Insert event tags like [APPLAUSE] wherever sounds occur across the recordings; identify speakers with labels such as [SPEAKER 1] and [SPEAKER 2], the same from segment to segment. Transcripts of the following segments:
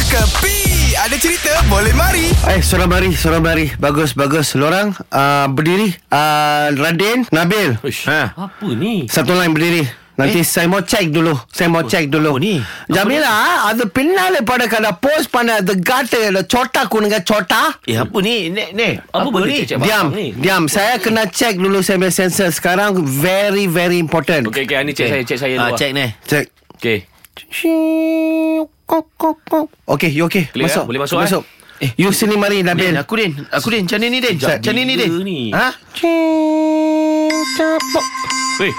[SPEAKER 1] Kepi Ada cerita boleh mari
[SPEAKER 2] Eh, seorang mari, seorang mari. Bagus, bagus. Lorang uh, berdiri. Uh, Radin, Nabil.
[SPEAKER 3] Uish,
[SPEAKER 2] Ha.
[SPEAKER 3] Apa ni?
[SPEAKER 2] Satu line berdiri. Nanti eh? saya mau check dulu. Saya mau check dulu.
[SPEAKER 3] Oh. ni?
[SPEAKER 2] Jamila, ah, ada pinnale pada kada post pada the gutter, the chota kunga chota.
[SPEAKER 3] Eh apa ni? Nek nek. Apa,
[SPEAKER 4] Apa
[SPEAKER 3] ni?
[SPEAKER 4] ni?
[SPEAKER 3] Cik
[SPEAKER 2] Diam,
[SPEAKER 3] Abang ni?
[SPEAKER 2] diam. Saya kena check dulu saya punya sensor sekarang very very important.
[SPEAKER 4] Okey okey, ni cek saya, cek saya
[SPEAKER 3] Ah,
[SPEAKER 4] dulu.
[SPEAKER 3] cek ni.
[SPEAKER 2] Check.
[SPEAKER 4] Okey.
[SPEAKER 2] Okay, you okay?
[SPEAKER 4] Clear,
[SPEAKER 2] masuk.
[SPEAKER 4] eh? Boleh masuk, eh?
[SPEAKER 2] Masuk. Eh, you sini mari
[SPEAKER 3] Din,
[SPEAKER 2] Nabil.
[SPEAKER 3] aku Din. Aku Din. Macam ni ni Din.
[SPEAKER 2] Sekejap.
[SPEAKER 3] Macam ni ni Din.
[SPEAKER 4] Gila ni.
[SPEAKER 3] Ha?
[SPEAKER 4] Weh,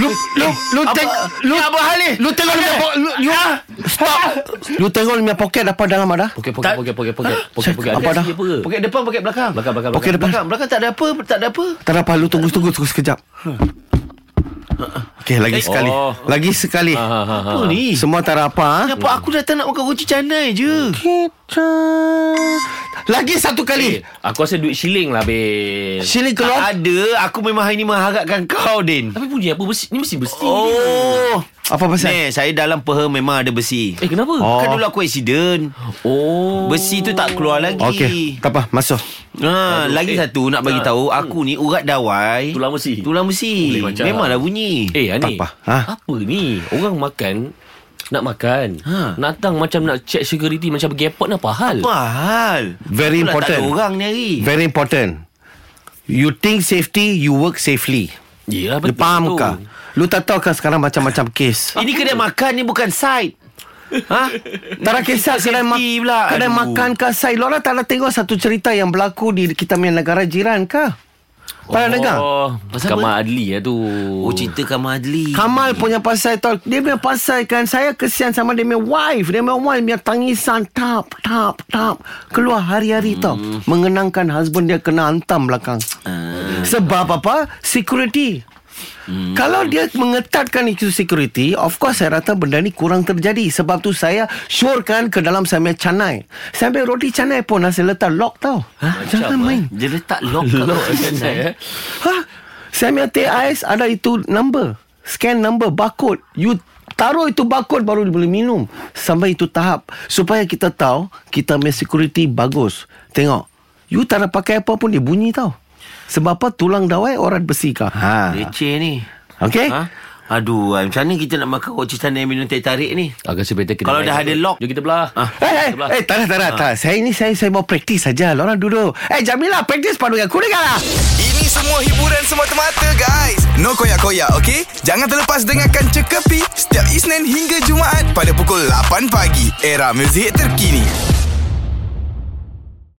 [SPEAKER 2] Lu lu lu
[SPEAKER 3] Apa-
[SPEAKER 2] tengok lu
[SPEAKER 3] Ni apa hal ni?
[SPEAKER 2] Lu tengok dia po- lu you stop. Lu tengok dia punya poket apa dalam ada?
[SPEAKER 4] poket poket
[SPEAKER 3] Tak-
[SPEAKER 4] poket poket poket. Poket
[SPEAKER 2] Cik,
[SPEAKER 4] poket.
[SPEAKER 2] apa dah?
[SPEAKER 4] Apa?
[SPEAKER 3] Poket depan, poket belakang.
[SPEAKER 4] Belakang belakang
[SPEAKER 2] Poket
[SPEAKER 4] belakang.
[SPEAKER 2] depan.
[SPEAKER 3] Belakang, belakang tak ada apa, tak ada apa.
[SPEAKER 2] Tak apa lu tunggu tunggu tunggu sekejap. Okey lagi
[SPEAKER 3] Eh.
[SPEAKER 2] sekali.
[SPEAKER 4] Oh.
[SPEAKER 2] Lagi sekali.
[SPEAKER 4] Ha ha ha, ha.
[SPEAKER 3] Apa ni?
[SPEAKER 2] Semua tak ada apa. ah.
[SPEAKER 3] Kenapa aku datang nak makan kunci canai je?
[SPEAKER 2] Kita lagi satu
[SPEAKER 4] Eh,
[SPEAKER 2] kali.
[SPEAKER 4] Aku rasa duit shilling lah, Bil.
[SPEAKER 2] Sini keluar.
[SPEAKER 3] Tak ada. Aku memang hari ni mengharapkan kau, Din.
[SPEAKER 4] Tapi bunyi apa besi? Ni mesti besi.
[SPEAKER 3] Oh.
[SPEAKER 2] Apa pasal?
[SPEAKER 3] Ni, saya dalam peha memang ada besi.
[SPEAKER 4] Eh, kenapa?
[SPEAKER 2] Oh.
[SPEAKER 3] Kan dulu aku accident.
[SPEAKER 4] Oh.
[SPEAKER 3] Besi tu tak keluar lagi.
[SPEAKER 2] Okey, tak apa, masuk.
[SPEAKER 3] Ha,
[SPEAKER 4] Aduh,
[SPEAKER 3] lagi
[SPEAKER 4] eh.
[SPEAKER 3] satu nak bagi
[SPEAKER 4] Ha.
[SPEAKER 3] tahu aku ni urat dawai.
[SPEAKER 4] Tulang besi.
[SPEAKER 3] Tulang besi.
[SPEAKER 4] Boleh macam.
[SPEAKER 3] Memanglah bunyi.
[SPEAKER 4] Eh, Ani.
[SPEAKER 2] Tak apa. Ha?
[SPEAKER 4] Apa ni? Orang makan nak makan.
[SPEAKER 3] Ha.
[SPEAKER 4] Datang macam nak check security macam pergi airport ni apa hal?
[SPEAKER 3] Apa hal?
[SPEAKER 2] Very
[SPEAKER 3] Itulah Tak ada
[SPEAKER 2] important.
[SPEAKER 3] orang ni hari.
[SPEAKER 2] Very important. You think safety, you work safely.
[SPEAKER 4] Yelah,
[SPEAKER 2] Lu
[SPEAKER 4] betul.
[SPEAKER 2] faham kah? Lu tak tahu kah sekarang macam-macam kes?
[SPEAKER 3] Ini kedai makan ni bukan side. Ha?
[SPEAKER 2] Tak ada kisah kedai, mak-
[SPEAKER 3] Safety pula.
[SPEAKER 2] kedai
[SPEAKER 3] Aduh.
[SPEAKER 2] makan kah Sai Lora lah, tak ada tengok satu cerita yang berlaku Di kita punya negara jiran kah Tak ada dengar
[SPEAKER 4] Oh,
[SPEAKER 3] Pasal
[SPEAKER 4] Kamal Adli lah tu.
[SPEAKER 3] Oh,
[SPEAKER 4] [LAUGHS]
[SPEAKER 3] cerita Kamal Adli.
[SPEAKER 2] Kamal punya pasal tau Dia punya pasal kan Saya kesian sama dia punya wife Dia punya wife punya tangisan Tap, tap, tap Keluar hari-hari tau Mengenangkan husband dia kena hantam belakang Sebab apa? Security Hmm. Kalau dia mengetatkan isu security Of course saya rata benda ni kurang terjadi Sebab tu saya syorkan ke dalam saya punya canai Sampai roti canai pun saya letak lock tau ha? Jangan main
[SPEAKER 3] Dia letak lock kat
[SPEAKER 4] Lock
[SPEAKER 3] kanan.
[SPEAKER 4] eh.
[SPEAKER 2] Ha? Saya punya TIS ada itu number. Scan number, barcode. You taruh itu barcode baru boleh minum. Sampai itu tahap. Supaya kita tahu, kita punya security bagus. Tengok. You tak ada pakai apa pun dia bunyi tau. Sebab apa tulang dawai orang besi kah? Ha.
[SPEAKER 3] Leceh ni.
[SPEAKER 2] Okay?
[SPEAKER 3] Ha? Aduh, ay, macam mana kita nak makan roti canai minum teh tarik ni?
[SPEAKER 4] Agak sebetulnya kita
[SPEAKER 3] Kalau
[SPEAKER 4] naik.
[SPEAKER 3] dah ada lock.
[SPEAKER 4] Jom kita belah.
[SPEAKER 3] Ah.
[SPEAKER 2] Eh, eh, eh, tak ada, tak ada, tak ada. Saya ni, saya, saya mau praktis saja. Lorang duduk. Eh, Jamila, praktis padu yang kuning lah.
[SPEAKER 1] Ini semua hiburan semata-mata guys No koyak-koyak ok Jangan terlepas dengarkan Cekapi Setiap Isnin hingga Jumaat Pada pukul 8 pagi Era muzik terkini